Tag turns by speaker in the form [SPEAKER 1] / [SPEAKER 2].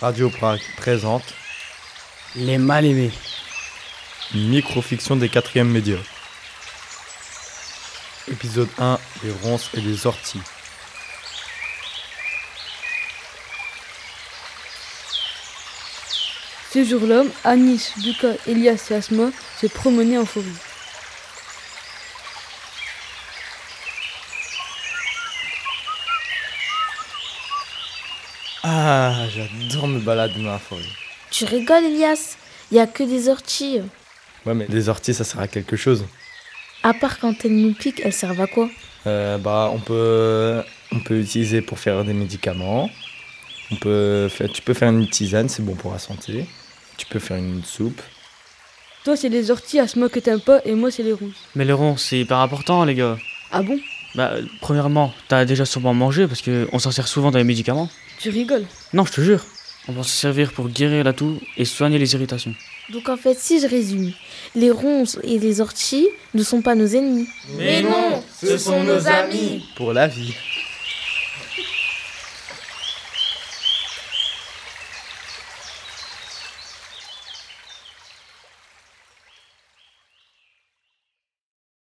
[SPEAKER 1] Radio Prague présente
[SPEAKER 2] Les mal-aimés.
[SPEAKER 1] une microfiction des quatrièmes médias. Épisode 1, les ronces et les orties.
[SPEAKER 3] Ce jour-là, Anis, Lucas, Elias et Asma se promenaient en forêt.
[SPEAKER 1] Ah, j'adore me balader dans la forêt.
[SPEAKER 4] Tu rigoles, Elias Il a que des orties.
[SPEAKER 1] Ouais, mais les orties, ça sert à quelque chose.
[SPEAKER 4] À part quand elles nous piquent, elles servent à quoi
[SPEAKER 1] Euh, bah, on peut, on peut utiliser pour faire des médicaments. On peut faire- tu peux faire une tisane, c'est bon pour la santé. Tu peux faire une soupe.
[SPEAKER 3] Toi, c'est les orties, Asma que t'aimes pas, et moi, c'est les ronces.
[SPEAKER 2] Mais le rond, c'est hyper important, les gars.
[SPEAKER 3] Ah bon
[SPEAKER 2] Bah, euh, premièrement, t'as déjà sûrement mangé parce que on s'en sert souvent dans les médicaments.
[SPEAKER 3] Tu rigoles.
[SPEAKER 2] Non, je te jure. On va s'en servir pour guérir la toux et soigner les irritations.
[SPEAKER 4] Donc en fait, si je résume, les ronces et les orties ne sont pas nos ennemis.
[SPEAKER 1] Mais non, ce sont nos amis. Pour la vie.